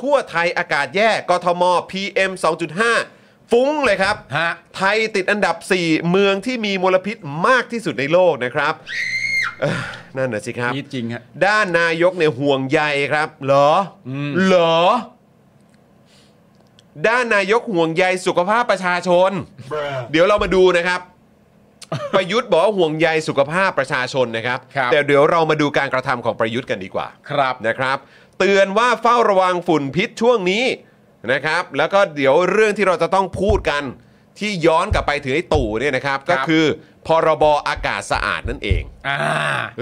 ทั่วไทยอากาศแย่กทม PM 2.5 ฟุ้งเลยครับ ฮะ ไทยติดอันดับ 4 เมืองที่มีมลพิษมากที่สุดในโลกนะครับเอ้อนั่นน่ะสิครับ นี่จริงฮะ ด้านนายกเนี่ยห่วงใยครับ เหรออ ม เหรอ ด้านนายกห่วงใยสุขภาพประชาชน เดี๋ยวเรามาดูนะครับ ประยุทธ์บอกว่าห่วงใยสุขภาพประชาชนนะครับ ครับ แต่เดี๋ยวเรามาดูการกระทำของประยุทธ์กันดีกว่า ครับ นะครับเตือนว่าเฝ้าระวังฝุ่นพิษช่วงนี้นะครับ แล้วก็เดี๋ยวเรื่องที่เราจะต้องพูดกันที่ย้อนกลับไปถึงไอ้ตู่เนี่ยนะครับ ก็คือพรบอากาศสะอาดนั่นเอง อ่า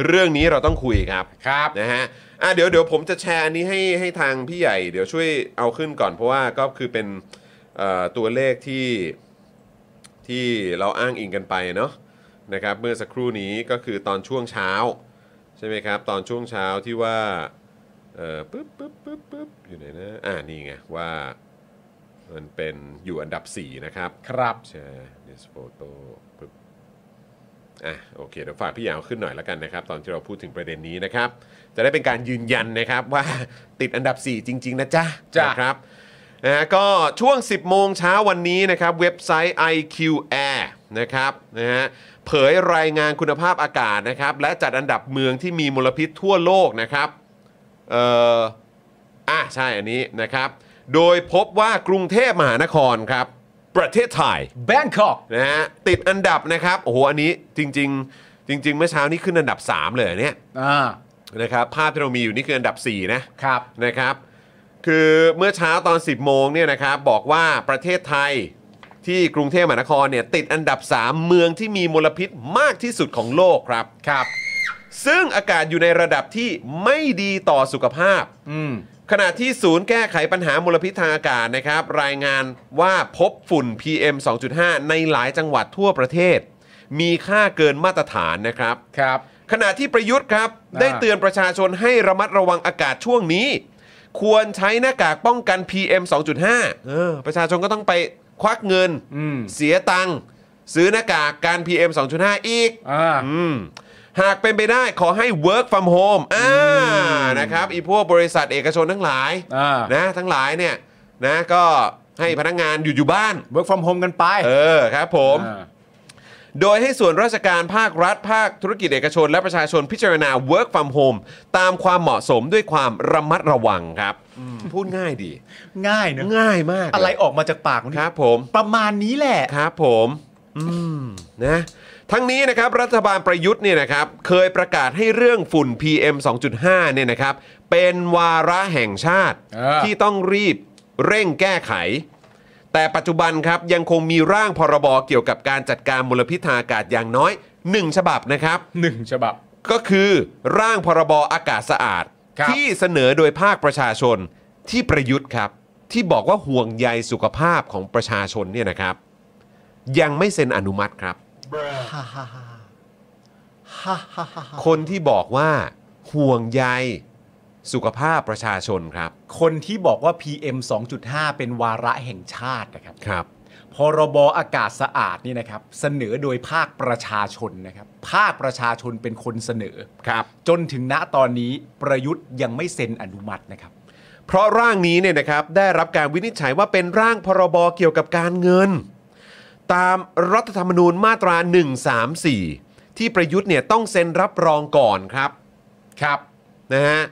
เรื่องนี้เราต้องคุยครับ ครับ นะฮะอ่ะเดี๋ยวเดี๋ยวผมจะแชร์อันนี้ให้ให้ทางพี่ใหญ่เดี๋ยวช่วยเอาขึ้นก่อน เพราะว่าก็คือเป็นเอ่อตัวเลขที่ที่เราอ้างอิงกันไปเนาะนะครับเมื่อสักครู่นี้ก็คือตอนช่วงเช้า ใช่ไหมครับ ตอนช่วงเช้าที่ว่าเอ่อปึ๊บปึ๊บปึ๊บปึ๊บอยู่ไหนนะอ่านี่ไงว่ามันเป็นอยู่อันดับ 4 นะครับ ครับ แชร์ดิสโฟโต้ปึ๊บอ่ะโอเคเดี๋ยวฝากพี่ยาวขึ้นหน่อยแล้วกันนะครับ ตอนที่เราพูดถึงประเด็นนี้นะครับ จะได้เป็นการยืนยันนะครับ ว่า ติดอันดับ 4 จริง ๆ นะจ๊ะ จ้ะ นะครับนะฮะก็ช่วง 10 โมงเช้าวันนี้นะครับ เว็บไซต์ IQ Air นะครับนะฮะเผยรายงานคุณภาพอากาศนะครับ และจัดอันดับเมืองที่มีมลพิษทั่วโลกนะครับ เอ่ออ่ะใช่อันนี้นะครับ โดยพบว่ากรุงเทพมหานครครับ ประเทศไทย แบงคอก นะฮะติดอันดับนะครับโอ้โหอันนี้จริง ๆ จริง ๆ เมื่อเช้านี้ขึ้นอันดับ 3 เลยเนี่ย อ่า นะครับภาพที่เรามีอยู่นี่คืออันดับ 4 นะครับ นะครับ คือเมื่อเช้าตอน 10 โมงเนี่ยนะครับบอกว่าประเทศไทยที่กรุงเทพมหานครเนี่ยติดอันดับ 3 เมืองที่มีมลพิษมากที่สุดของโลกครับ ครับ ซึ่งอากาศอยู่ในระดับที่ไม่ดีต่อสุขภาพ อืม ขณะที่ศูนย์แก้ไขปัญหามลพิษทางอากาศนะครับ รายงานว่าพบฝุ่น PM 2.5 ในหลายจังหวัดทั่วประเทศ มีค่าเกินมาตรฐานนะครับ ครับ ขณะที่ประยุทธ์ครับ อ่า ได้เตือนประชาชนให้ระมัดระวังอากาศช่วงนี้ ควรใช้หน้ากากป้องกัน PM 2.5 เออ ประชาชนก็ต้องไปควักเงิน อืม เสียตังค์ซื้อหน้ากากการ PM 2.5 อีก อ่า อืมหากเป็นไปได้ขอให้ work from home อ่านะครับอีพวกบริษัทเอกชนทั้งหลาย อ่าน นะทั้งหลายเนี่ยนะก็ให้พนักงานอยู่อยู่บ้าน work from home กันไป เออครับผม อ่า โดยให้ส่วนราชการภาครัฐ ภาคธุรกิจเอกชน และประชาชนพิจารณา work from home ตามความเหมาะสมด้วยความระมัดระวังครับ พูดง่ายดี ง่ายเนอะ ง่ายมากเลย อะไรออกมาจากปากมัน ครับผม ประมาณนี้แหละ ครับผมอืมนะทั้งนี้นะครับรัฐบาลประยุทธ์เนี่ยนะครับเคยประกาศให้เรื่องฝุ่น PM 2.5เนี่ยนะครับเป็นวาระแห่งชาติ เออ ที่ต้องรีบเร่งแก้ไข แต่ปัจจุบันครับยังคงมีร่างพรบเกี่ยวกับการจัดการมลพิษทางอากาศอย่างน้อย 1 ฉบับนะครับ หนึ่งฉบับ ก็คือร่างพรบอากาศสะอาด ครับ ที่เสนอโดยภาคประชาชนที่ประยุทธ์ครับ ที่บอกว่าห่วงใยสุขภาพของประชาชนเนี่ยนะครับ ยังไม่เซ็นอนุมัติครับ ฮ่าฮ่าฮ่าฮ่าฮ่าฮ่าฮ่า คนที่บอกว่าห่วงใยสุขภาพประชาชนครับ คนที่บอกว่า PM 2.5 เป็นวาระแห่งชาตินะครับ ครับ พรบอากาศสะอาดนี่นะครับ เสนอโดยภาคประชาชนนะครับ ภาคประชาชนเป็นคนเสนอ ครับ จนถึงณตอนนี้ประยุทธ์ยังไม่เซ็นอนุมัตินะครับ เพราะร่างนี้เนี่ยนะครับได้รับการวินิจฉัยว่าเป็นร่างพรบเกี่ยวกับการเงิน ตามรัฐธรรมนูญมาตรา 134 ที่ประยุทธ์เนี่ยต้องเซ็นรับรองก่อนครับ ครับ นะฮะ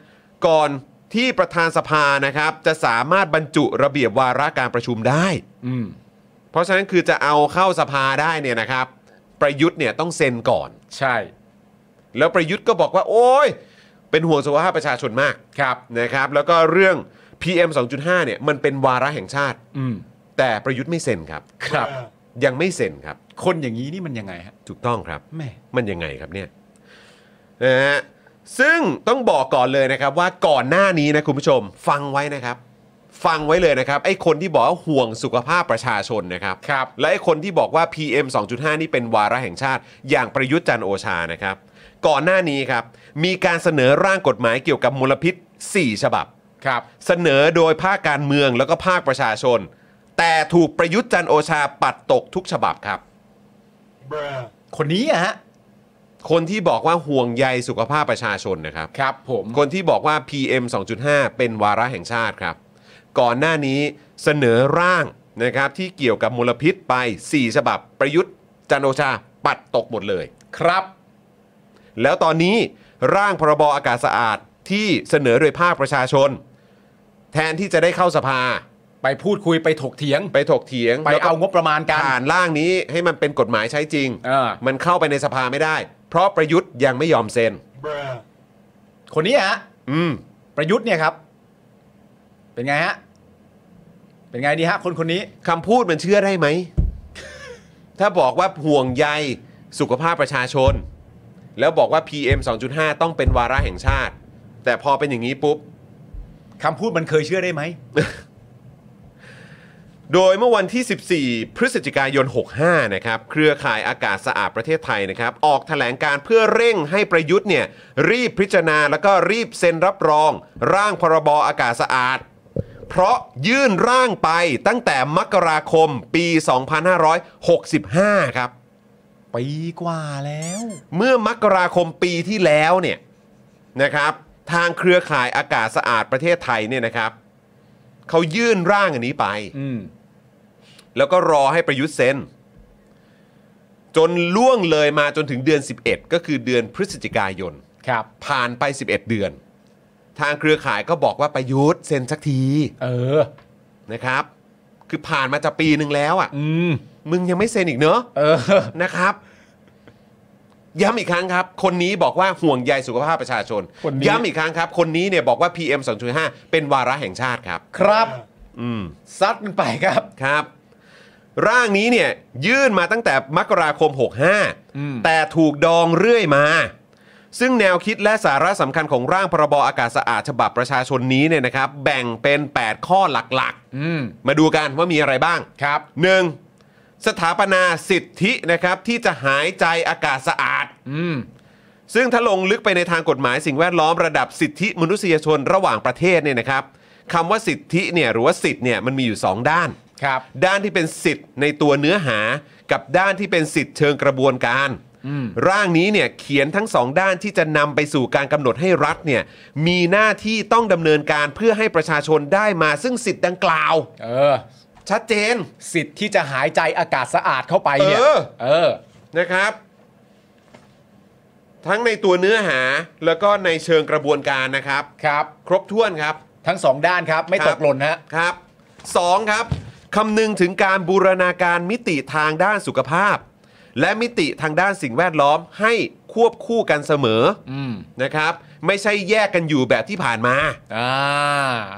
ก่อนที่ประธานสภานะครับ จะสามารถบรรจุระเบียบวาระการประชุมได้ อืม เพราะฉะนั้นคือจะเอาเข้าสภาได้เนี่ยนะครับ ประยุทธ์เนี่ยต้องเซ็นก่อน ใช่ แล้วประยุทธ์ก็บอกว่า โอ้ยเป็นห่วงสุขภาพประชาชนมาก ครับ นะครับ แล้วก็เรื่อง PM 2.5 เนี่ยมันเป็นวาระแห่งชาติ อืม แต่ประยุทธ์ไม่เซ็นครับ ครับ ยังไม่เซ็นครับ คนอย่างนี้นี่มันยังไงฮะ ถูกต้องครับ แหม่ มันยังไงครับเนี่ยนะฮะซึ่งต้องบอกก่อนเลยนะครับว่าก่อนหน้านี้นะคุณผู้ชม ฟังไว้นะครับ ฟังไว้เลยนะครับ ไอ้คนที่บอกว่าห่วงสุขภาพประชาชนนะครับ ครับ และไอ้คนที่บอกว่า PM 2.5 นี่เป็นวาระแห่งชาติ อย่างประยุทธ์จันทร์โอชานะครับ ก่อนหน้านี้ครับ มีการเสนอร่างกฎหมายเกี่ยวกับมลพิษ 4 ฉบับ ครับ เสนอโดยภาคการเมืองแล้วก็ภาคประชาชน แต่ถูกประยุทธ์จันทร์โอชาปัดตกทุกฉบับครับ คนนี้อะฮะ คนที่บอกว่าห่วงใยสุขภาพประชาชนนะครับ ครับผม คนที่บอกว่า PM 2.5 เป็นวาระแห่งชาติครับ ก่อนหน้านี้เสนอร่างนะครับที่เกี่ยวกับมลพิษไป 4 ฉบับประยุทธ์จันทร์โอชาปัดตกหมดเลย ครับ แล้วตอนนี้ร่างพรบอากาศสะอาดที่เสนอโดยภาคประชาชน แทนที่จะได้เข้าสภา ไปพูดคุยไปถกเถียง ไปถกเถียง ไป แล้วก็ เอางบประมาณกัน ผ่านร่างนี้ให้มันเป็นกฎหมายใช้จริง เออ มันเข้าไปในสภาไม่ได้ เพราะประยุทธ์ยังไม่ยอมเซ็น คนนี้ฮะ อืม ประยุทธ์เนี่ยครับ เป็นไงฮะ เป็นไงดีฮะ คนคนนี้ คำพูดมันเชื่อได้ไหม ถ้าบอกว่าห่วงใยสุขภาพประชาชน แล้วบอกว่า PM 2.5 ต้องเป็นวาระแห่งชาติ แต่พอเป็นอย่างนี้ปุ๊บ คำพูดมันเคยเชื่อได้ไหม โดยเมื่อวันที่ 14 พฤศจิกายน 65 นะครับ เครือข่ายอากาศสะอาดประเทศไทยนะครับ ออกแถลงการเพื่อเร่งให้ประยุทธ์เนี่ย รีบพิจารณาแล้วก็รีบเซ็นรับรอง ร่างพรบอากาศสะอาด เพราะยื่นร่างไปตั้งแต่มกราคมปี 2565 ครับ ปีกว่าแล้ว เมื่อมกราคมปีที่แล้วเนี่ยนะครับ ทางเครือข่ายอากาศสะอาดประเทศไทยเนี่ยนะครับเขายื่นร่างอันนี้ไป อืม แล้วก็รอให้ประยุทธ์เซ็น จนล่วงเลยมาจนถึงเดือน 11 ก็คือเดือนพฤศจิกายน ครับ ผ่านไป 11 เดือน ทางเครือข่ายก็บอกว่าประยุทธ์เซ็นสักที เออ นะครับ คือผ่านมาจะปีหนึ่งแล้วอะ่ะ อืม มึงยังไม่เซ็นอีกเนอะ เออ นะครับ ย้ำอีกครั้งครับ คนนี้บอกว่าห่วงใยสุขภาพประชาชน คนนี้ ย้ำอีกครั้งครับ คนนี้เนี่ยบอกว่า PM 2.5 เป็นวาระแห่งชาติครับ ครับ อืม ซัดมันไปครับ ครับ ร่างนี้เนี่ยยื่นมาตั้งแต่มกราคม อืม 65 แต่ถูกดองเรื่อยมา ซึ่งแนวคิดและสาระสำคัญของร่างพรบอากาศสะอาดฉบับประชาชนนี้เนี่ยนะครับ แบ่งเป็น 8 ข้อหลัก อืม ๆ มาดูกันว่ามีอะไรบ้าง ครับ 1. สถาปนาสิทธินะครับที่จะหายใจอากาศสะอาด อืม ซึ่งถ้าลงลึกไปในทางกฎหมายสิ่งแวดล้อมระดับสิทธิมนุษยชนระหว่างประเทศเนี่ยนะครับคำว่าสิทธิเนี่ยหรือว่าสิทธิ์เนี่ยมันมีอยู่สองด้าน ครับ ด้านที่เป็นสิทธิ์ในตัวเนื้อหา กับด้านที่เป็นสิทธิ์เชิงกระบวนการ อืม ร่างนี้เนี่ยเขียนทั้งสองด้านที่จะนำไปสู่การกำหนดให้รัฐเนี่ยมีหน้าที่ต้องดำเนินการเพื่อให้ประชาชนได้มาซึ่งสิทธิ์ดังกล่าว เออ ชัดเจน สิทธิ์ที่จะหายใจอากาศสะอาดเข้าไปเนี่ย เออ เออ นะครับ ทั้งในตัวเนื้อหาแล้วก็ในเชิงกระบวนการนะครับ ครับ ครบถ้วนครับ ทั้งสองด้านครับ ไม่ ครับ ตกหล่นฮะ ครับสองครับคำนึงถึงการบูรณาการมิติทางด้านสุขภาพ และมิติทางด้านสิ่งแวดล้อมให้ควบคู่กันเสมอ อืม นะครับ ไม่ใช่แยกกันอยู่แบบที่ผ่านมา อ่า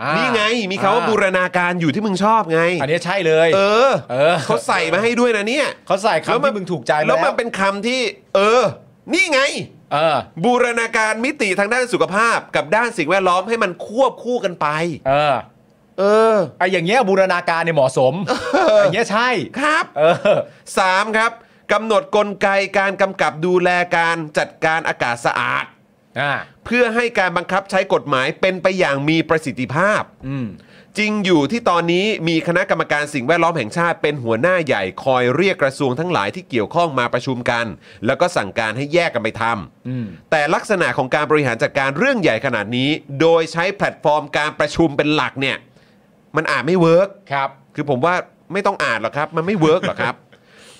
อ่า นี่ไงมีคำว่าบูรณาการอยู่ที่มึงชอบไง อันนี้ใช่เลย เออ เออ เขาใส่มาให้ด้วยนะเนี่ย เขาใส่คำ แล้ว ที่มึงถูกใจมา แล้วมันเป็นคำที่ เออ นี่ไง เออ บูรณาการมิติทางด้านสุขภาพ กับด้านสิ่งแวดล้อมให้มันควบคู่กันไป เออ เออ ไออย่างเงี้ยบูรณาการเนี่ยเหมาะสมไอย่างเงี้ยใช่ ครับ เออ 3ครับกำหนดกลไกการกำกับดูแลการจัดการอากาศสะอาด อ่า เพื่อให้การบังคับใช้กฎหมายเป็นไปอย่างมีประสิทธิภาพ อืม จริงอยู่ที่ตอนนี้มีคณะกรรมการสิ่งแวดล้อมแห่งชาติเป็นหัวหน้าใหญ่คอยเรียกกระทรวงทั้งหลายที่เกี่ยวข้องมาประชุมกัน แล้วก็สั่งการให้แยกกันไปท อืม ำแต่ลักษณะของการบริหารจัดการเรื่องใหญ่ขนาดนี้ โดยใช้แพลตฟอร์มการประชุมเป็นหลักเนี่ยมันอาจไม่เวิร์ก ครับ คือผมว่าไม่ต้องอ่านหรอกครับ มันไม่เวิร์กหรอกครับ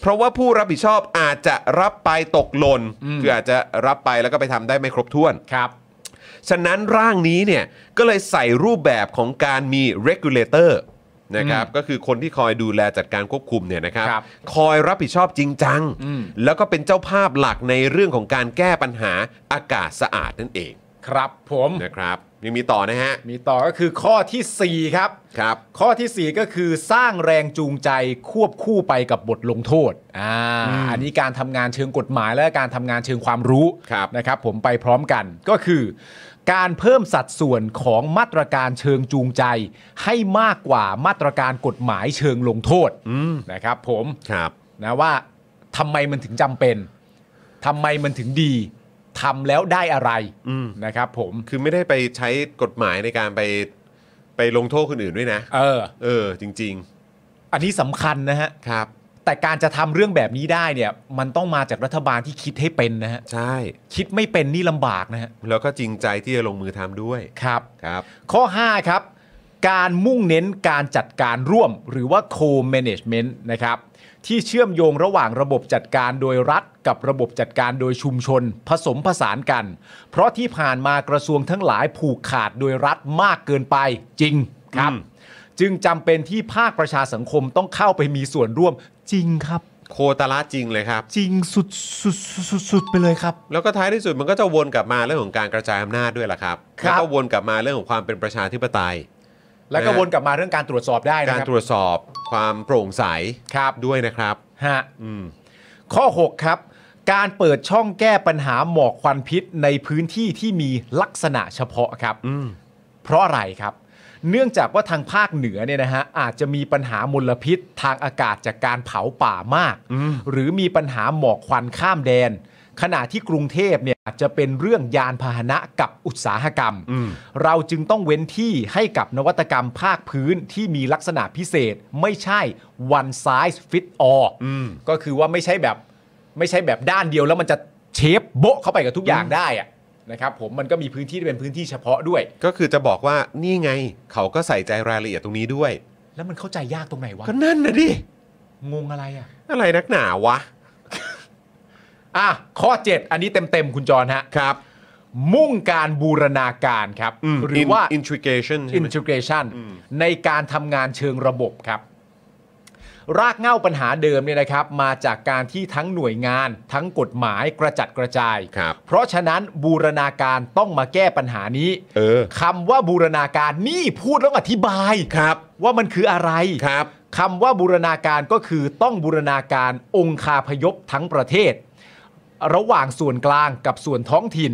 เพราะว่าผู้รับผิดชอบอาจจะรับไปตกหล่น อืม คืออาจจะรับไปแล้วก็ไปทำได้ไม่ครบถ้วน ครับ ฉะนั้นร่างนี้เนี่ยก็เลยใส่รูปแบบของการมี regulator นะครับก็คือคนที่คอยดูแลจัดการควบคุมเนี่ยนะครับ ครับ คอยรับผิดชอบจริงจัง อืม แล้วก็เป็นเจ้าภาพหลักในเรื่องของการแก้ปัญหาอากาศสะอาดนั่นเอง ครับผม นะครับยังมีต่อนะฮะ มีต่อก็คือข้อทีสี่4 ครับ ครับ ข้อทีสี่ 4 ก็คือสร้างแรงจูงใจควบคู่ไปกับบทลงโทษ อ่า อันนี้การทำงานเชิงกฎหมายและการทำงานเชิงความรู้ ครับ นะครับ ผมไปพร้อมกันก็คือ การเพิ่มสัดส่วนของมาตรการเชิงจูงใจ ให้มากกว่ามาตรการกฎหมายเชิงลงโทษนะครับผม ครับ นะว่าทำไมมันถึงจำเป็นทำไมมันถึงดีทำแล้วได้อะไรนะครับผม คือไม่ได้ไปใช้กฎหมายในการไปไปลงโทษคนอื่นด้วยนะ เออ เออ จริง อันนี้สำคัญนะฮะ ๆ ครับ แต่การจะทำเรื่องแบบนี้ได้เนี่ย มันต้องมาจากรัฐบาลที่คิดให้เป็นนะฮะ ใช่ คิดไม่เป็นนี่ลำบากนะฮะ แล้วก็จริงใจที่จะลงมือทำด้วย ครับ ครับ ข้อ 5 ครับ การมุ่งเน้นการจัดการร่วมหรือว่า co-management นะครับที่เชื่อมโยงระหว่างระบบจัดการโดยรัฐ กับระบบจัดการโดยชุมชน ผสมผสานกัน เพราะที่ผ่านมากระทรวงทั้งหลายผูกขาดโดยรัฐมากเกินไปจริงครับ จึงจำเป็นที่ภาคประชาสังคมต้องเข้าไปมีส่วนร่วมจริงครับ โคตรละจริงเลยครับ จริงสุดสุดสุดสุดสุดไปเลยครับ แล้วก็ท้ายที่สุดมันก็จะวนกลับมาเรื่องของการกระจายอำนาจด้วยล่ะครับ ครับ แล้วก็วนกลับมาเรื่องของความเป็นประชาธิปไตย แล้วก็วนกลับมาเรื่องการตรวจสอบได้นะ การ ครั ตรวจสอบความโปร่งใส ครับ ด้วยนะครับ ฮะ อืม ข้อ 6 ครับ การเปิดช่องแก้ปัญหาหมอกควันพิษในพื้นที่ที่มีลักษณะเฉพาะครับ อืม เพราะอะไรครับ เนื่องจากว่าทางภาคเหนือเนี่ยนะฮะอาจจะมีปัญหามลพิษทางอากาศจากการเผาป่ามาก หรือมีปัญหาหมอกควันข้ามแดน ขณะที่กรุงเทพเนี่ยอาจจะเป็นเรื่องยานพาหนะกับอุตสาหกรรม เราจึงต้องเว้นที่ให้กับนวัตกรรมภาคพื้นที่มีลักษณะพิเศษไม่ใช่ one size fit all ก็คือว่าไม่ใช่แบบไม่ใช่แบบด้านเดียวแล้วมันจะเชฟโบะเข้าไปกับทุกอย่างได้อะนะครับผมมันก็มีพื้นที่ที่เป็นพื้นที่เฉพาะด้วย ก็คือจะบอกว่านี่ไงเขาก็ใส่ใจรายละเอียดตรงนี้ด้วย แล้วมันเข้าใจยากตรงไหนวะ ก็นั่นนะดิ งงอะไรอ่ะ อะไรนักหนาวะ อ่ะ ข้อ 7 อันนี้เต็ม ๆ คุณจรฮะ ครับ มุ่งการบูรณาการครับ หรือว่า intrigation ใช่ไหม integration ในการทำงานเชิงระบบครับ รากเหง้าปัญหาเดิมเนี่ยนะครับ มาจากการที่ทั้งหน่วยงาน ทั้งกฎหมายกระจัดกระจาย ครับ เพราะฉะนั้นบูรณาการต้องมาแก้ปัญหานี้ เออ คำว่าบูรณาการนี่พูดแล้วอธิบาย ครับ ว่ามันคืออะไร ครับ คำว่าบูรณาการก็คือต้องบูรณาการองคาพยพทั้งประเทศ ระหว่างส่วนกลางกับส่วนท้องถิ่น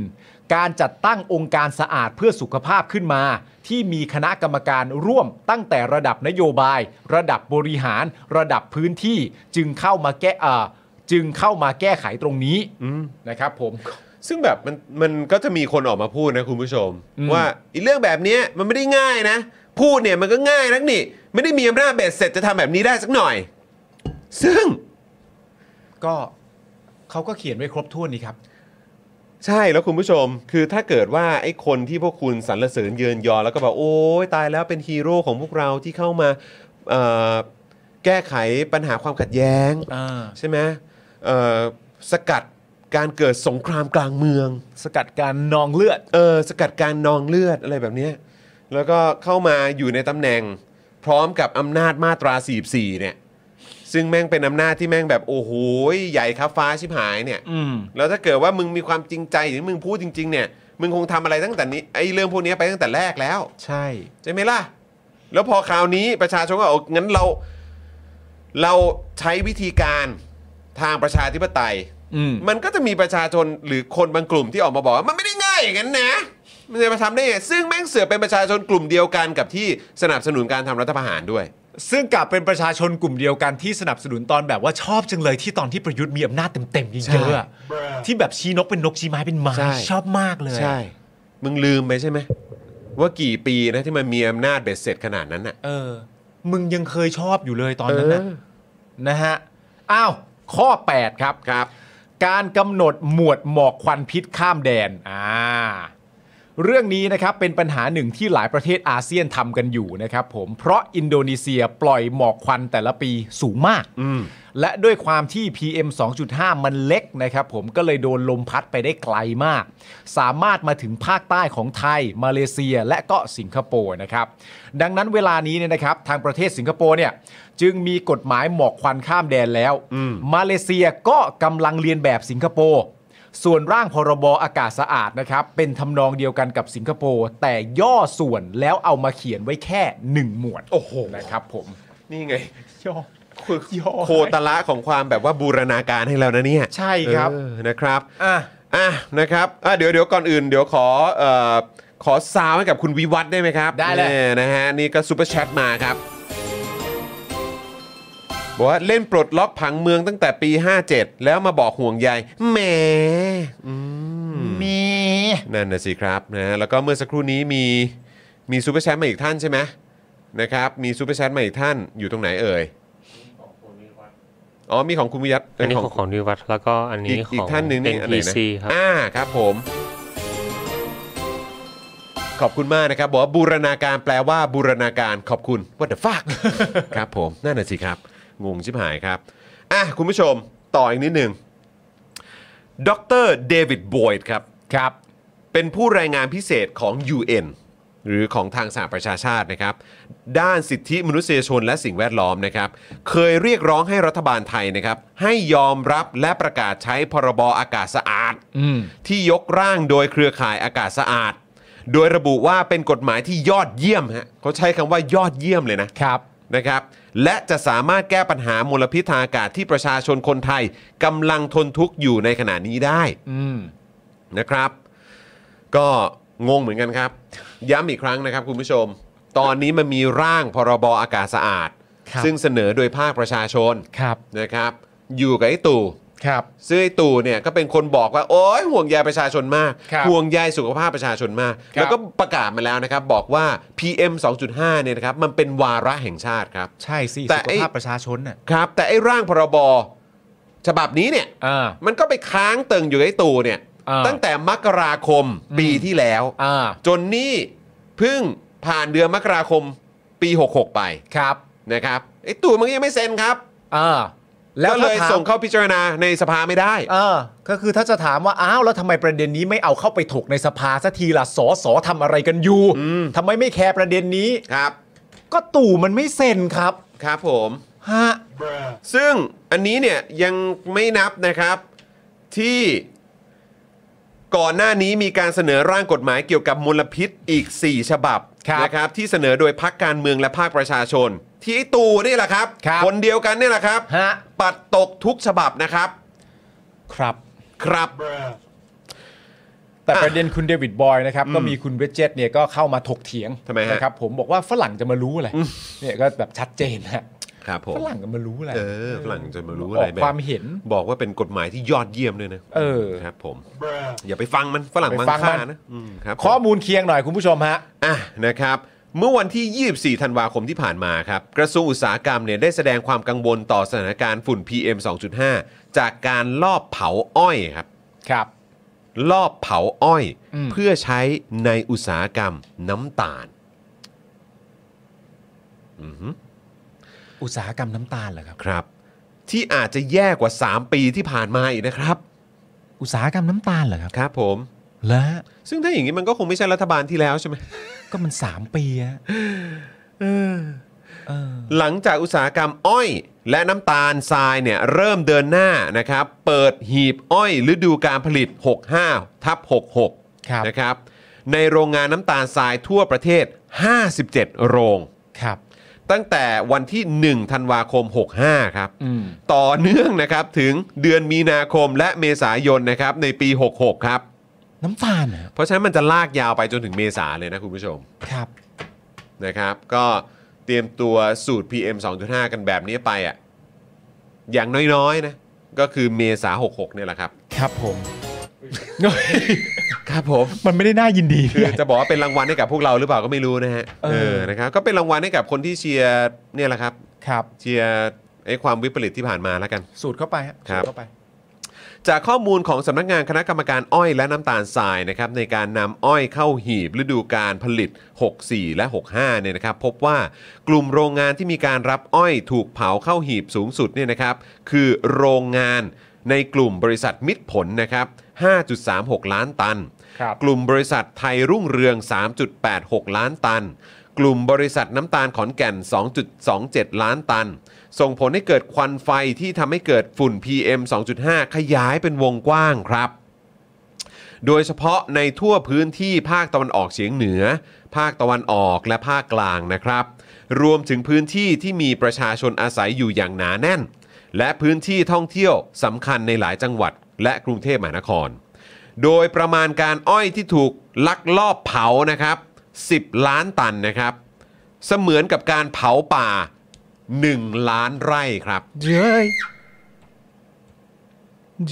การจัดตั้งองค์การสะอาดเพื่อสุขภาพขึ้นมา ที่มีคณะกรรมการร่วมตั้งแต่ระดับนโยบาย ระดับบริหาร ระดับพื้นที่จึงเข้ามาแก้เอ่อจึงเข้ามาแก้ไขตรงนี้นะครับผม ซึ่งแบบมันมันก็จะมีคนออกมาพูดนะคุณผู้ชม อืม ว่าไอีเรื่องแบบเนี้ยมันไม่ได้ง่ายนะ พูดเนี่ยมันก็ง่ายนักนี่ ไม่ได้มีอำนาจเบ็ดเสร็จจะทำแบบนี้ได้สักหน่อย ซึ่ง ก็เขาก็เขียนไว้ครบถ้วนนี่ครับ ใช่แล้วคุณผู้ชม คือถ้าเกิดว่าไอ้คนที่พวกคุณสรรเสริญเยินยอ แล้วก็บอกโอ้ยตายแล้วเป็นฮีโร่ของพวกเราที่เข้ามาเอ่อแก้ไขปัญหาความขัดแย้ง อ่า ใช่ไหมเอ่อสกัดการเกิดสงครามกลางเมือง สกัดการนองเลือด เออสกัดการนองเลือดอะไรแบบเนี้ยแล้วก็เข้ามาอยู่ในตำแหน่งพร้อมกับอำนาจมาตรา 44 เนี่ย ซึ่งแม่งเป็นอำนาจที่แม่งแบบ โอ้โหใหญ่ครับฟ้าชิบหายเนี่ย อืม แล้วถ้าเกิดว่ามึงมีความจริงใจหรือมึงพูดจริง ๆ เนี่ย มึงคงทำอะไรตั้งแต่นี้ไอ้เรื่องพวกนี้ไปตั้งแต่แรกแล้ว ใช่ ใช่ไหมล่ะ แล้วพอคราวนี้ประชาชนก็เอางั้นเรา เราใช้วิธีการทางประชาธิปไตย อืม มันก็จะมีประชาชนหรือคนบางกลุ่มที่ออกมาบอกว่ามันไม่ได้ง่ายอย่างนั้นนะ มันจะมาทำได้ไงซึ่งแม่งเสือกเป็นประชาชนกลุ่มเดียวกันกับที่สนับสนุนการทำรัฐประหารด้วย ซึ่งกลับเป็นประชาชนกลุ่มเดียวกันที่สนับสนุนตอนแบบว่าชอบจังเลยที่ตอนที่ประยุทธ์มีอำนาจเต็มๆยิ่งเยอะอะที่แบบชี้นกเป็นนกชี้ไม้เป็นไม้ ใช่ ชอบมากเลย มึงลืมไปใช่ไหมว่ากี่ปีนะที่มันมีอำนาจเบ็ดเสร็จขนาดนั้นน่ะ เออ มึงยังเคยชอบอยู่เลยตอนนั้นนะ เออ นะฮะอ้าวข้อ 8 ครับ ครับ การกำหนดหมวดหมอกควันพิษข้ามแดนอ่าเรื่องนี้นะครับเป็นปัญหาหนึ่งที่หลายประเทศอาเซียนทำกันอยู่นะครับผมเพราะอินโดนีเซียปล่อยหมอกควันแต่ละปีสูงมาก และด้วยความที่ PM 2.5 มันเล็กนะครับผมก็เลยโดนลมพัดไปได้ไกลมาก สามารถมาถึงภาคใต้ของไทย มาเลเซียและก็สิงคโปร์นะครับ ดังนั้นเวลานี้เนี่ยนะครับ ทางประเทศสิงคโปร์เนี่ยจึงมีกฎหมายหมอกควันข้ามแดนแล้ว มาเลเซียก็กำลังเรียนแบบสิงคโปร์ ส่วนร่างพรบอากาศสะอาดนะครับ เป็นทำนองเดียวกันกับสิงคโปร์แต่ย่อส่วนแล้วเอามาเขียนไว้แค่หนึ่งหมวด โอ้โห นะครับผม นี่ไง ย่อ คือ ย้อย โคตรละของความแบบว่าบูรณาการให้แล้วนะเนี่ย ใช่ครับ เออนะครับ อ่ะ อ่ะนะครับอ่ะเดี๋ยวเดี๋ยวก่อนอื่นเดี๋ยวขอเอ่อขอซาวให้กับคุณวิวัฒน์ได้ไหมครับ ได้เลย นี่นะฮะนี่ก็ซูเปอร์แชทมาครับบอกว่าเล่นปลดล็อกผังเมืองตั้งแต่ปี 57 แล้วมาบอกห่วงใยแหมอืม มี นั่นนะสิครับนะแล้วก็เมื่อสักครู่นี้มีมีซูเปอร์แชทมาอีกท่านใช่ไหมนะครับมีซูเปอร์แชทมาอีกท่านอยู่ตรงไหนเอ่ยอ๋อมีของคุณวิวัฒน์ อันนี้ ขอของ งของนิวัฒน์แล้วก็อันนี้ อีก ข อี อก ง ท่านหนึ่งนี่อะไรนะ NPC ครับ อ่าครับผม ขอบคุณมากนะครับ บอกว่าบูรณาการแปลว่าบูรณาการขอบคุณ what the fuck ครับผมนั่นน่ะสิครับ งงชิบหายครับ อ่ะ คุณผู้ชมต่ออีกนิดหนึ่งดรเดวิดบอยด์ครับ ครับ เป็นผู้รายงานพิเศษของ UN หรือของทางสหประชาชาตินะครับ ด้านสิทธิมนุษยชนและสิ่งแวดล้อมนะครับ เคยเรียกร้องให้รัฐบาลไทยนะครับ ให้ยอมรับและประกาศใช้พรบอากาศสะอาด อืม ที่ยกร่างโดยเครือข่ายอากาศสะอาด โดยระบุว่าเป็นกฎหมายที่ยอดเยี่ยมฮะเขาใช้คำว่ายอดเยี่ยมเลยนะ ครับ นะครับและจะสามารถแก้ปัญหามลพิษทางอากาศที่ประชาชนคนไทยกำลังทนทุกข์อยู่ในขณะนี้ได้ อืม นะครับ ก็งงเหมือนกันครับ ย้ำอีกครั้งนะครับคุณผู้ชม ตอนนี้มันมีร่างพรบอากาศสะอาด ครับ ซึ่งเสนอโดยภาคประชาชน ครับ นะครับ อยู่กับไอ้ตู่ ครับ ซึ่งไอ้ตู่เนี่ยก็เป็นคนบอกว่าโอ้ยห่วงใยประชาชนมาก ครับ ห่วงใยสุขภาพประชาชนมาก ครับ แล้วก็ประกาศมาแล้วนะครับ บอกว่า PM 2.5เนี่ยนะครับมันเป็นวาระแห่งชาติครับ ใช่สิ แต่ สุข ไอ้ ภาพประชาชนน่ะ ครับแต่ไอ้ร่างพรบฉบับนี้เนี่ย อ่า มันก็ไปค้างเติงอยู่ไอ้ตู่เนี่ย อ่า ตั้งแต่มกราคม อืม ปีที่แล้ว อ่า จนนี่เพิ่งผ่านเดือนมกราคมปี 66 ไป ครับ นะครับไอ้ตู่มันก็ยังไม่เซ็นครับ อ่า ก็เลย ถ้าถาม ส่งเข้าพิจารณาในสภาไม่ได้ เออก็คือถ้าจะถามว่า อ้าว แล้วทำไมประเด็นนี้ไม่เอาเข้าไปถกในสภาสักทีล่ะสอสอทำอะไรกันอยู่ อืม ทำไมไม่แคร์ประเด็นนี้ ครับ ก็ตู่มันไม่เซ็นครับ ครับผม ฮะ ซึ่งอันนี้เนี่ยยังไม่นับนะครับที่ก่อนหน้านี้มีการเสนอร่างกฎหมายเกี่ยวกับมลพิษอีก 4 ฉบับ ครับ นะครับที่เสนอโดยพักการเมืองและภาคประชาชน ที่ไอ้ตูนี่แหละครับ ครับ นเดียวกันเนี่ยแหละครับ ฮะ ปัดตกทุกฉบับนะครับ ครับ ครับ แต่ อ่ะ ประเด็นคุณเดวิดบอยนะครับ ก็มีคุณเวจเจตเนี่ยก็เข้ามาถกเถียง ทำไมฮะ นะครับผมบอกว่าฝรั่งจะมารู้อะไรเนี่ยก็แบบชัดเจนนะฮะ ครับผม ฝรั่งจะมารู้อะไร เออฝรั่งจะมารู้ อ อะไร อก แบ ควา บ มเห็น บอกว่าเป็นกฎหมายที่ยอดเยี่ยมด้วยนะ เออ ครับผมอย่าไปฟังมันฝรั่งมัง ไปฟัง ค่า มัน นะอืมครับผม ข้อมูลเคียงหน่อยคุณผู้ชมฮะ อ่ะนะครับเมื่อวันที่ 24 ธันวาคมที่ผ่านมาครับกระทรวงอุตสาหกรรมเนี่ยได้แสดงความกังวลต่อสถานการณ์ฝุ่น PM 2.5 จากการลอบเผาอ้อยครับ ครับ ลอบเผาอ้อย อืม เพื่อใช้ในอุตสาหกรรมน้ำตาล อุตสาหกรรมน้ำตาลเหรอครับ ครับ ที่อาจจะแย่กว่า 3 ปีที่ผ่านมาอีกนะครับ อุตสาหกรรมน้ำตาลเหรอครับ ครับผม และ ซึ่งถ้าอย่างนี้มันก็คงไม่ใช่รัฐบาลที่แล้วใช่ไหม ก็มัน 3 ปีอะเออ หลังจากอุตสาหกรรมอ้อย และน้ำตาลทรายเนี่ยเริ่มเดินหน้านะครับเปิดหีบอ้อยฤดูการผลิต 65ทับ ครับ 66นะครับในโรงงานน้ำตาลทรายทั่วประเทศ 57 โรง ครับ ตั้งแต่วันที่ 1 ธันวาคม 65 ครับ อืม ต่อเนื่องนะครับถึงเดือนมีนาคมและเมษายนนะครับในปี 66 ครับ น้ำตาลเหรอ เพราะฉะนั้นมันจะลากยาวไปจนถึงเมษาเลยนะคุณผู้ชม ครับ นะครับก็เตรียมตัวสูตร PM 2.5 กันแบบนี้ไปอ่ะอย่างน้อยๆนะก็คือเมษา66เนี่ยแหละครับ ครับผม ครับผม มันไม่ได้น่ายินดี คือจะบอกว่าเป็นรางวัลให้กับพวกเราหรือเปล่าก็ไม่รู้นะฮะ เออ นะครับก็เป็นรางวัลให้กับคนที่เชียร์เนี่ยแหละครับ ครับ เชียร์ไอ้ความวิปริตที่ผ่านมาแล้วกัน สูตรเข้าไปฮะ ครับ สูตเข้าไป จากข้อมูลของสำนักงานคณะกรรมการอ้อยและน้ำตาลทรายนะครับในการนำอ้อยเข้าหีบฤดูการผลิต 64 และ 65 เนี่ยนะครับพบว่ากลุ่มโรงงานที่มีการรับอ้อยถูกเผาเข้าหีบสูงสุดเนี่ยนะครับคือโรงงานในกลุ่มบริษัทมิตรผลนะครับ 5.36 ล้านตัน ครับ กลุ่มบริษัทไทยรุ่งเรือง 3.86 ล้านตัน กลุ่มบริษัทน้ำตาลขอนแก่น 2.27 ล้านตัน ส่งผลให้เกิดควันไฟที่ทำให้เกิดฝุ่น PM 2.5 ขยายเป็นวงกว้างครับ โดยเฉพาะในทั่วพื้นที่ภาคตะวันออกเฉียงเหนือ ภาคตะวันออกและภาคกลางนะครับ รวมถึงพื้นที่ที่มีประชาชนอาศัยอยู่อย่างหนาแน่น และพื้นที่ท่องเที่ยวสำคัญในหลายจังหวัด และกรุงเทพมหานคร โดยประมาณการอ้อยที่ถูกลักลอบเผานะครับ 10 ล้านตันนะครับ เสมือนกับการเผาป่า 1 ล้านไร่ครับ เย้ย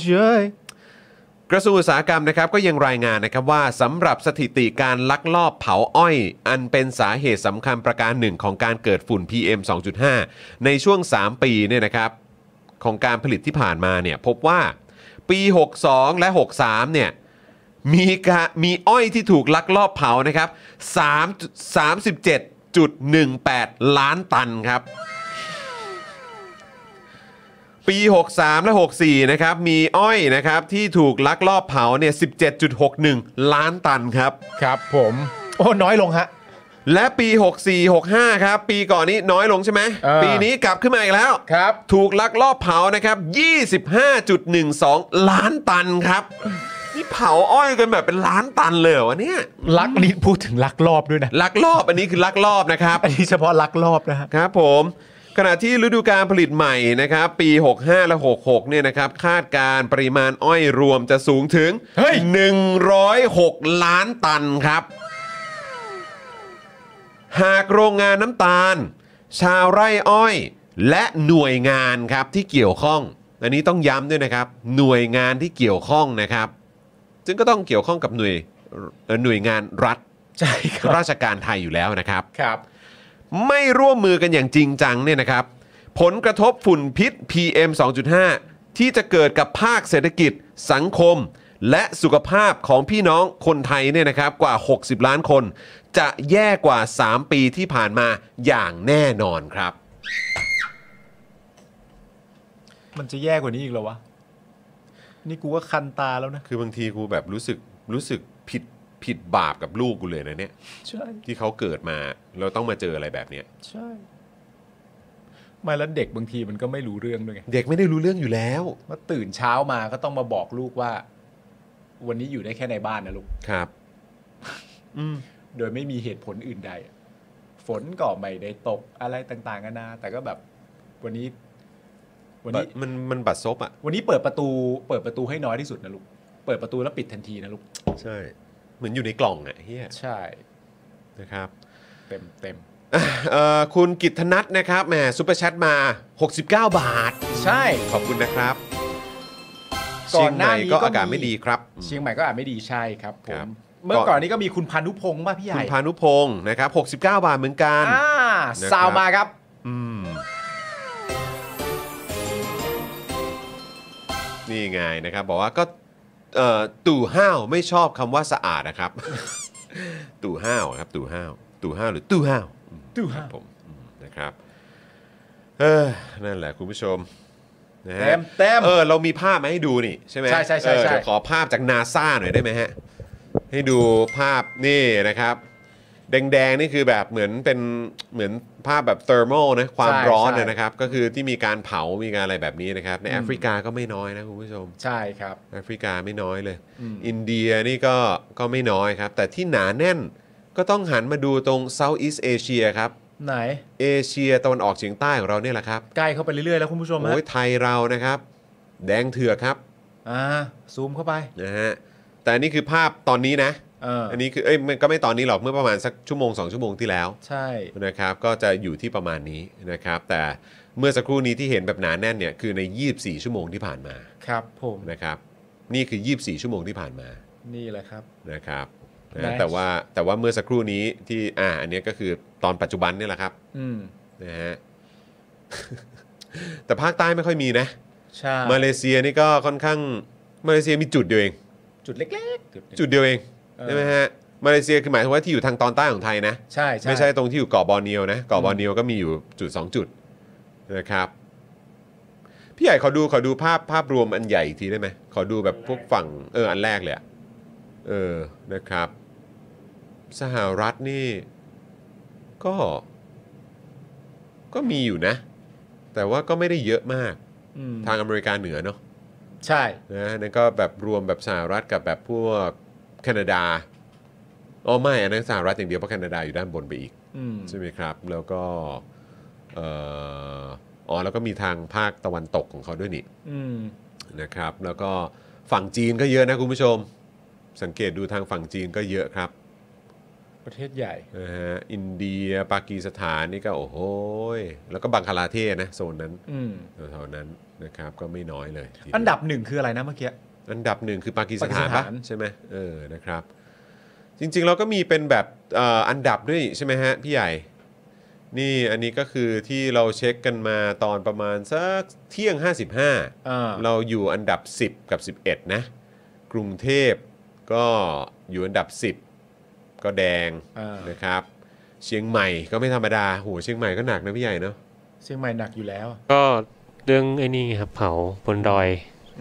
เย้ย กระทรวงอุตสาหกรรมนะครับก็ยังรายงานนะครับว่าสำหรับสถิติการลักลอบเผาอ้อย อันเป็นสาเหตุสำคัญประการหนึ่งของการเกิดฝุ่น PM 2.5 ในช่วง 3 ปีเนี่ยนะครับของการผลิตที่ผ่านมาเนี่ยพบว่าปี 62 และ 63เนี่ย มีกะมีอ้อยที่ถูกลักลอบเผานะครับ3 37.18 ล้านตันครับ ปี 63 และ 64 นะครับ มีอ้อยนะครับที่ถูกลักลอบเผาเนี่ย 17.61 ล้านตันครับ ครับผม โอ้น้อยลงฮะ และปี 64 65 ครับ ปีก่อนนี้น้อยลงใช่ไหม เออ ปีนี้กลับขึ้นมาอีกแล้ว ครับ ถูกลักลอบเผานะครับ 25.12 ล้านตันครับ นี่เผาอ้อยกันแบบเป็นล้านตันเลยเหรอวะเนี่ย ลักนี่พูดถึงลักลอบด้วยนะ ลักลอบอันนี้คือลักลอบนะครับ อันนี้เฉพาะลักลอบนะฮะ ครับผม ขณะที่ฤดูการผลิตใหม่นะครับ ปี 65 และ 66 เนี่ยนะครับ คาดการปริมาณอ้อยรวมจะสูงถึง เฮ้ย 106 ล้านตันครับ หากโรงงานน้ำตาล ชาวไร่อ้อย และหน่วยงานครับที่เกี่ยวข้อง อันนี้ต้องย้ำด้วยนะครับ หน่วยงานที่เกี่ยวข้องนะครับ ซึ่งก็ต้องเกี่ยวข้องกับหน่วยเอ่อหน่วยงานรัฐ ใช่ครับ ราชการไทยอยู่แล้วนะครับ ครับ ไม่ร่วมมือกันอย่างจริงจังเนี่ยนะครับ ผลกระทบฝุ่นพิษ PM 2.5 ที่จะเกิดกับภาคเศรษฐกิจ สังคม และสุขภาพของพี่น้องคนไทยเนี่ยนะครับกว่า 60 ล้านคน จะแย่กว่า 3 ปีที่ผ่านมาอย่างแน่นอนครับ มันจะแย่กว่านี้อีกเหรอวะ นี่กูก็คันตาแล้วนะ คือบางทีกูแบบรู้สึกรู้สึกผิดผิดบาปกับลูกกูเลยนะเนี่ย ใช่ ที่เขาเกิดมาเราต้องมาเจออะไรแบบเนี้ย ใช่ไมาแล้วเด็กบางทีมันก็ไม่รู้เรื่องด้วยไง เด็กไม่ได้รู้เรื่องอยู่แล้ว ว่าตื่นเช้ามาก็ต้องมาบอกลูกว่า วันนี้อยู่ได้แค่ในบ้านนะลูก ครับ โดยไม่มีเหตุผลอื่นใด ฝนก็ไม่ได้ตกอะไรต่างๆกันานาแต่ก็แบบ วันนี้ วันนี้ มันมันบัดซบอ่ะ วันนี้เปิดประตู เปิดประตูให้น้อยที่สุดนะลูก เปิดประตูแล้วปิดทันทีนะลูก ใช่เหมือนอยู่ในกล่องอ่ะเฮีย ใช่ นะครับ เต็มเต็ม เอ่อคุณกิตธนัทนะครับแหมซุปเปอร์แชทมา 69 บาท ใช่ ขอบคุณนะครับ ก่ เชี อย ง น ให หน้า ม่ นี้ ก็ ก็มี อากาศไม่ดีครับ เชียงใหม่ก็อาจไม่ดีใช่ครับผ ครั ม บ เมื่อก่อนนี้ก็มีคุณพานุพงศ์ป่ะพี่ให คุ ญ่ ณพานุพงศ์นะครับ 69 บาทเหมือนกัน อ่า นะครับ ซาวมาครับ อืมนี่ไงนะครับ บอกว่าก็เอ่อตู่ห้าวไม่ชอบคำว่าสะอาดนะครับ ตู่ห้าวครับ ตู่ห้าว ตู่ห้าวหรือตู่ห้าวอืม ตู่ห้าควรับผมอืมนะครับเออนั่นแหละคุณผู้ชมนะฮะ เต็มเต็ม เออเรามีภาพมาให้ดูนี่ใช่ไหม ใช่ใช่ใช่ เออ ใช่ เดี๋ยวขอภาพจากนาซาหน่อยได้ไหมฮะ ให้ดูภาพนี่นะครับ แดงๆ นี่คือแบบเหมือนเป็นเหมือนภาพแบบเทอร์โมนะความร้อนนะนะครับ ก็คือที่มีการเผา มีการอะไรแบบนี้นะครับ ในแอฟริกาก็ไม่น้อยนะคุณผู้ชม ใช่ครับ แอฟริกาไม่น้อยเลย อืม อินเดียนี่ก็ก็ไม่น้อยครับ แต่ที่หนาแน่นก็ต้องหันมาดูตรงเซาท์อีสเอเชียครับ ไหน เอเชียตะวันออกเฉียงใต้ของเราเนี่ยแหละครับ ใกล้เข้าไปเรื่อยๆแล้วคุณผู้ชมฮะ โอ้ยไทยเรานะครับ แดงเถือกครับ อ่าซูมเข้าไป นะฮะแต่อันนี้คือภาพตอนนี้นะ เออ อันนี้คือเอ้ยมันก็ไม่ตอนนี้หรอกเมื่อประมาณสักชั่วโมง 2 ชั่วโมงที่แล้ว ใช่ นะครับก็จะอยู่ที่ประมาณนี้นะครับ แต่เมื่อสักครู่นี้ที่เห็นแบบหนาแน่นเนี่ยคือใน 24 ชั่วโมงที่ผ่านมา ครับผม นะครับนี่คือ 24 ชั่วโมงที่ผ่านมา นี่แหละครับ นะครับนะ Nice แต่ว่าแต่ว่าเมื่อสักครู่นี้ที่อ่าอันเนี้ยก็คือตอนปัจจุบันเนี่ยแหละครับ อืม นะฮะ แต่ภาคใต้ไม่ค่อยมีนะ ใช่ มาเลเซียนี่ก็ค่อนข้างมาเลเซียมีจุดเดียวเอง จุดเล็กๆจุจุดหนึ่งดเดียวเอง เออ ใช่ไหมฮะมาเลเซียคือหมายถึงว่าที่อยู่ทางตอนใต้ของไทยนะ ใช่ใช่ ไม่ใช่ตรงที่อยู่เกาะบอร์เนียวนะเกาะบอร์เนียวก็มีอยู่จุด 2 จุดนะครับพี่ใหญ่ขอดูขอดูภาพภาพรวมอันใหญ่อีกทีได้ไหมขอดูแบบพวกฝั่งเอออันแรกเลยอะเออนะครับ สหรัฐนี่ ก็ ก็มีอยู่นะ แต่ว่าก็ไม่ได้เยอะมาก อืม ทางอเมริกาเหนือเนาะ ใช่ นะนั่นก็แบบรวมแบบสหรัฐกับแบบพวกแคนาดาอ๋อไม่อันนั้นสหรัฐอย่างเดียวเพราะแคนาดาอยู่ด้านบนไปอีก อืม ใช่ไหมครับ แล้วก็เอ่ออ๋อแล้วก็มีทางภาคตะวันตกของเขาด้วยนี่ อืม นะครับ แล้วก็ฝั่งจีนก็เยอะนะคุณผู้ชม สังเกตดูทางฝั่งจีนก็เยอะครับ ประเทศใหญ่ นะฮะอินเดียปากีสถานนี่ก็โอ้โหยแล้วก็บังคลาเทศนะโซนนั้น อืม แถวๆนั้นนะครับก็ไม่น้อยเลยทีเยว อันดับหนึ่งคืออะไรนะเมื่อกี้ อันดับหนึ่งคือปากีสถาน ปากีสถา ปะ น ใช่ไหมเออนะครับ จริงๆเราก็มีเป็นแบบเอ่ออันดับด้วยใช่ไหมฮะ พี่ใหญ่ นี่อันนี้ก็คือที่เราเช็คกันมาตอนประมาณสักเที่ยง 55 อ่า เราอยู่อันดับ 10 กับ 11 นะ กรุงเทพ ก็อยู่อันดับ 10 ก็แดง อ่าน นะครับ เชียงใหม่ก็ไม่ธรรมดาโหเชียงใหม่ก็หนักนะพี่ใหญ่เนาะ เชียงใหม่หนักอยู่แล้ว ก็เรื่องไอ้นี่ไงครับเผาบนดอย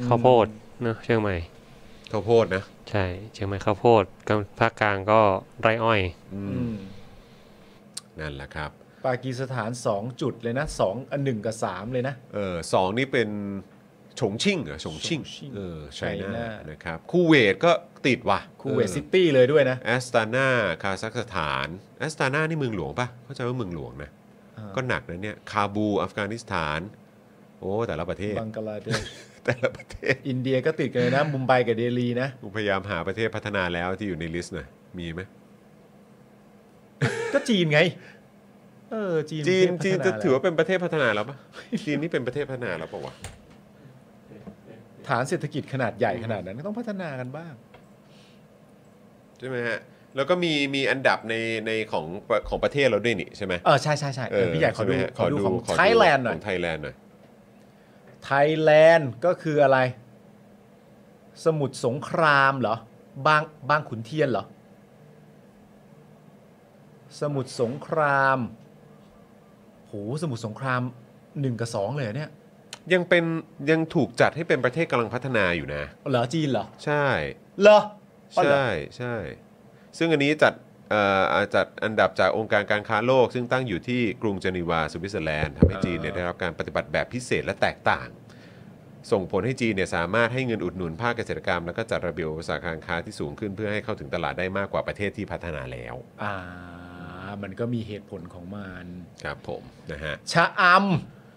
ข้าวโพดเนอะเชียงใหม่ ข้าวโพดนะ ใช่เชียงใหม่ข้าวโพดก็ภาคกลางก็ไรอ้อย อื อื ม ม นั่นแหละครับ ปากีสถาน 2 จุดเลยนะ2อันหนึ่งกับ 3 เลยนะ เออสองนี่เป็นฉงชิ่งเหรอฉงชิ่ง ฉงชิ่ง เออไชน่า China นะครับคูเวตก็ติดว่ะ คูเวตซิตี้เลยด้วยนะ แอสตานาคาซัคสถานแอสตานานี่เมืองหลวงปะเข้าใจว่าเมืองหลวงนะ อ่า ก็หนักนะเนี่ย คาบู อัฟกานิสถาน โอ้ แต่ละประเทศ บังกลาเทศ แต่ละประเทศ อินเดียก็ติดกันเลยนะ มุมไบกับเดลีนะ กูพยายามหาประเทศพัฒนาแล้วที่อยู่ในลิสต์หน่อยมีไหม ก็จีนไง เออ จีน จีน ประเท จีนศพัฒ จะ แล้ ถือว่าเป็นประเทศพัฒนาแล้วปะจีนนี่เป็นประเทศพัฒนาแล้วปะวะ ฐานเศรษฐกิจขนาดใหญ่ขนาดนั้นก็ต้องพัฒนากันบ้าง ใช่ไหมฮะ แล้วก็มีมีอันดับในในของของประเทศเราด้วยนี่ใช่ไหม เออ ใช่ใช่ใช่เออพี่ใหญ่ขอดู ช่ไมฮะ ขอดูของ ขดู ไทยแลนด์หน่อ ข ย องไทยแลนด์หน่อย ไทยแลนด์ก็คืออะไร สมุทรสงครามเหรอ บางบางขุนเทียนเหรอ สมุทรสงครามโหสมุทรสงครามหนึ่งกับสองเลยเหรอเนี่ย ยังเป็นยังถูกจัดให้เป็นประเทศกำลังพัฒนาอยู่นะ เหรอจีนเหรอ ใช่ เหรออ๋อเหรอ ใช่ใช่ ซึ่งอันนี้จัดเอ่ออ่าจัดอันดับจากองค์การการค้าโลก ซึ่งตั้งอยู่ที่กรุงเจนีวาสวิตเซอร์แลนด์ทำให้จีนเนี่ย อ่า ได้รับการปฏิบัติแบบพิเศษและแตกต่าง ส่งผลให้จีนเนี่ยสามารถให้เงินอุดหนุนภาคเกษตรกรรม แล้วก็จัดระเบียบอุตสาหการค้าที่สูงขึ้น เพื่อให้เข้าถึงตลาดได้มากกว่าประเทศที่พัฒนาแล้ว อ่า มันก็มีเหตุผลของมัน ครับผมนะฮะ ชะอ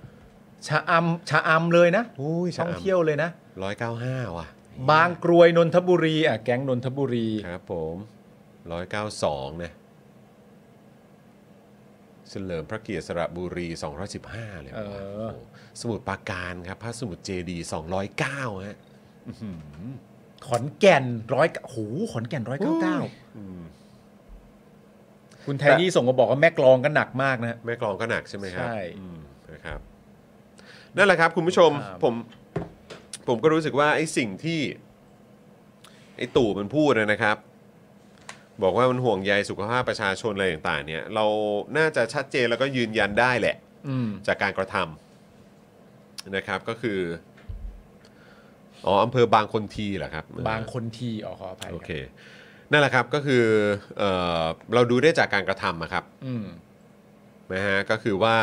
ำชะอำชะอำเลยนะ อุ้ย ท่องเที่ยวเลยนะ ร้อยเก้าห้าว่ะ บางกรวยนนทบุรีอ่ะแก๊งนนทบุรี ครับผมร้อยเก้าสองนะเฉลิมพระเกียรติสระบุรี 215 เลย เอ ว่ะ อ โอ้โหสมุทรปราการครับพระสมุทรเจดีย์209ฮะ ขอนแก่นร้อยโหขอนแก่นร้อยเก้าเก้าคุณไทนี่ส่งมาบอกว่าแม่กลองก็หนักมากนะ แม่กลองก็หนักใช่ไหมครับ ใช่ อืมนะครับ นั่นแหละครับ คุณผู้ชม ครับ ผม ผมก็รู้สึกว่าไอ้สิ่งที่ ไอ้ตู่มันพูดนะครับ บอกว่ามันห่วงใยสุขภาพประชาชนอะไรต่าง ๆ เนี่ย เราน่าจะชัดเจนแล้วก็ยืนยันได้แหละ อืม จากการกระทำนะครับ ก็คืออ๋ออำเภอบางคนทีเหรอครับ บางคนทีอ๋อขออภัย โอ ค เครับ นั่นแหละครับก็คือเออเราดูได้จากการกระทำอะครับ อืม นะฮะก็คือว่า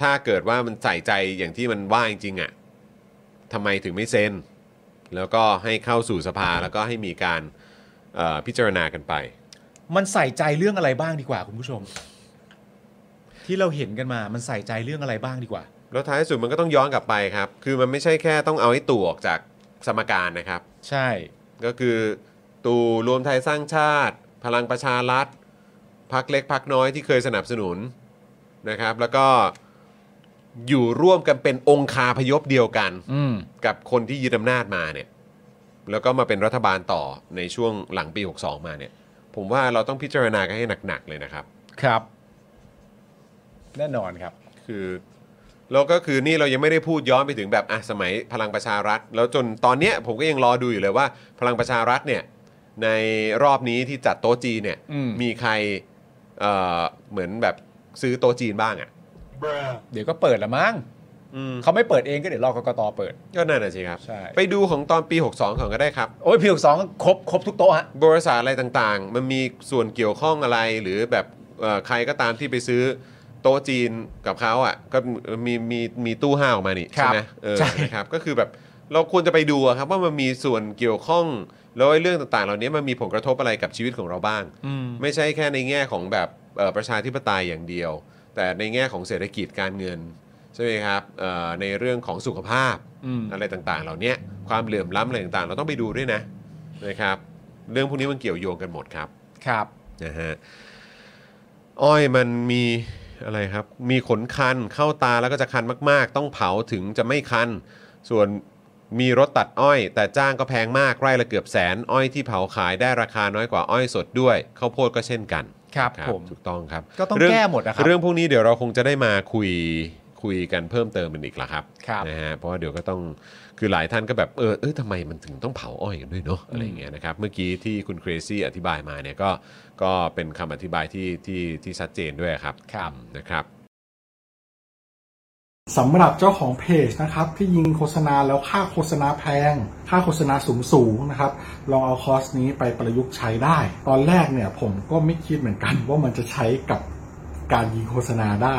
ถ้าเกิดว่ามันใส่ใจอย่างที่มันว่าจริงๆอะทำไมถึงไม่เซ็น แล้วก็ให้เข้าสู่สภาแล้วก็ให้มีการเอ่อพิจารณากันไป มันใส่ใจเรื่องอะไรบ้างดีกว่า คุณผู้ชม ที่เราเห็นกันมา มันใส่ใจเรื่องอะไรบ้างดีกว่า แล้วท้ายสุดมันก็ต้องย้อนกลับไปครับ คือมันไม่ใช่แค่ต้องเอาให้ตู่ออกจากสมการนะครับ ใช่ ก็คือตู่รวมไทยสร้างชาติ พลังประชารัฐพักเล็กพักน้อยที่เคยสนับสนุนนะครับ แล้วก็อยู่ร่วมกันเป็นองคาพยพเดียวกัน อืม กับคนที่ยึดอำนาจมาเนี่ย แล้วก็มาเป็นรัฐบาลต่อในช่วงหลังปี 62 มาเนี่ย ผมว่าเราต้องพิจารณากันให้หนัก ๆ เลยนะครับ ครับ แน่นอนครับ คือแล้วก็คือนี่เรายังไม่ได้พูดย้อนไปถึงแบบอ่ะสมัยพลังประชารัฐ แล้วจนตอนเนี้ยผมก็ยังรอดูอยู่เลยว่า พลังประชารัฐเนี่ยในรอบนี้ที่จัดโต๊ะจีนเนี่ย อืม มีใครเอ่อเหมือนแบบซื้อโต๊ะจีนบ้างอะ่ะ เดี๋ยวก็เปิดละมั้งเขาไม่เปิดเองก็เดี๋ยวรอกกตเปิด ก็นั่นน่ะสิครับ ใช่ ไปดูของตอนปี 62ของก็ได้ครับ โอ้ยผิวสองครบครบทุกโต๊ะฮะ บริษัทอะไรต่างๆ มันมีส่วนเกี่ยวข้องอะไรหรือแบบเอ่อใครก็ตามที่ไปซื้อโต๊ะจีนกับเขาอ่ะก็มีมีมีตู้ห้าวออกมานี่ ครั ใช่ บ ไหมเออ ใช่ นะครับก็คือแบบเราควรจะไปดูอะครับว่ามันมีส่วนเกี่ยวข้องแล้วไอ้เรื่องต่างๆ เหล่านี้มันมีผลกระทบอะไรกับชีวิตของเราบ้าง ไม่ใช่แค่ในแง่ของแบบเอ่อประชาธิปไตยอย่างเดียว แต่ในแง่ของเศรษฐกิจการเงินใช่ไหมครับเอ่อในเรื่องของสุขภาพ อืม อะไรต่างๆ เหล่าเนี้ยความเหลื่อมล้ำอะไรต่างๆ เราต้องไปดูด้วยนะนะครับ เรื่องพวกนี้มันเกี่ยวโยงกันหมดครับ ครับ นะฮะอ้อยมันมีอะไรครับ มีขนคันเข้าตาแล้วก็จะคันมาก ๆ ต้องเผาถึงจะไม่คัน ส่วนมีรถตัดอ้อย แต่จ้างก็แพงมากไร่ละเกือบแสน อ้อยที่เผาขายได้ราคาน้อยกว่าอ้อยสดด้วยข้าวโพดก็เช่นกัน ครับผม ถูกต้องครับ ก็ต้อง เรื่ แก้หมดนะครับ เรื่องพวกนี้เดี๋ยวเราคงจะได้มาคุย คุยกันเพิ่มเติมกันอีกละครับ ครับ นะฮะเพราะว่าเดี๋ยวก็ต้องคือหลายท่านก็แบบเออเออทำไมมันถึงต้องเผาอ้อยกันด้วยเนาะอะไรอย่างเงี้ยนะครับเมื่อกี้ที่คุณเครซี่อธิบายมาเนี่ยก็ก็เป็นคำอธิบายที่ที่ที่ชัดเจนด้วยครับ ครับ นะครับ สำหรับเจ้าของเพจนะครับที่ยิงโฆษณาแล้วค่าโฆษณาแพง ค่าโฆษณาสูงสูงๆนะครับ ลองเอาคอร์สนี้ไปประยุกต์ใช้ได้ ตอนแรกเนี่ยผมก็ไม่คิดเหมือนกัน ว่ามันจะใช้กับการยิงโฆษณาได้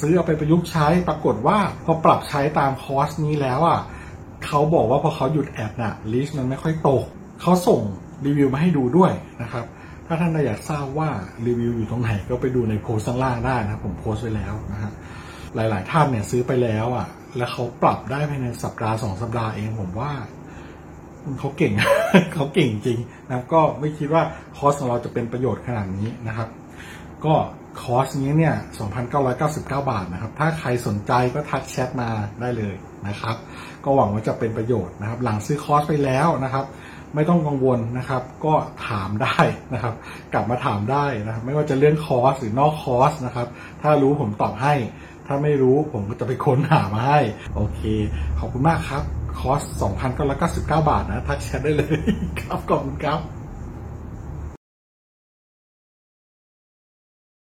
ซื้อเอาไปประยุกต์ใช้ปรากฏว่าพอปรับใช้ตามคอร์สนี้แล้วอ่ะเขาบอกว่าพอเขาหยุดแอดน่ะลิสต์มันไม่ค่อยตกเขาส่งรีวิวมาให้ดูด้วยนะครับ ถ้าท่านอยากทราบว่ารีวิวอยู่ตรงไหนก็ไปดูในโพสต์ข้างล่างได้นะครับผมโพสต์ไว้แล้วนะฮะ หลาย ๆ ท่านเนี่ยซื้อไปแล้วอ่ะ แล้วเขาปรับได้ภายในสัปดาห์สองสัปดาห์เองผมว่าเขาเก่ง เขาเก่งจริงนะครับก็ไม่คิดว่าคอร์สของเราจะเป็นประโยชน์ขนาดนี้นะครับ ก็คอร์สนี้เนี่ย 2,999 บาทนะครับ ถ้าใครสนใจก็ทักแชทมาได้เลยนะครับ ก็หวังว่าจะเป็นประโยชน์นะครับ หลังซื้อคอร์สไปแล้วนะครับ ไม่ต้องกังวลนะครับ ก็ถามได้นะครับ กลับมาถามได้นะครับ ไม่ว่าจะเรื่องคอร์สหรือนอกคอร์สนะครับ ถ้ารู้ผมตอบให้ ถ้าไม่รู้ผมก็จะไปค้นหามาให้ โอเค ขอบคุณมากครับ คอร์ส 2,999 บาทนะ ทักแชทได้เลย ครับ ขอบคุณครับ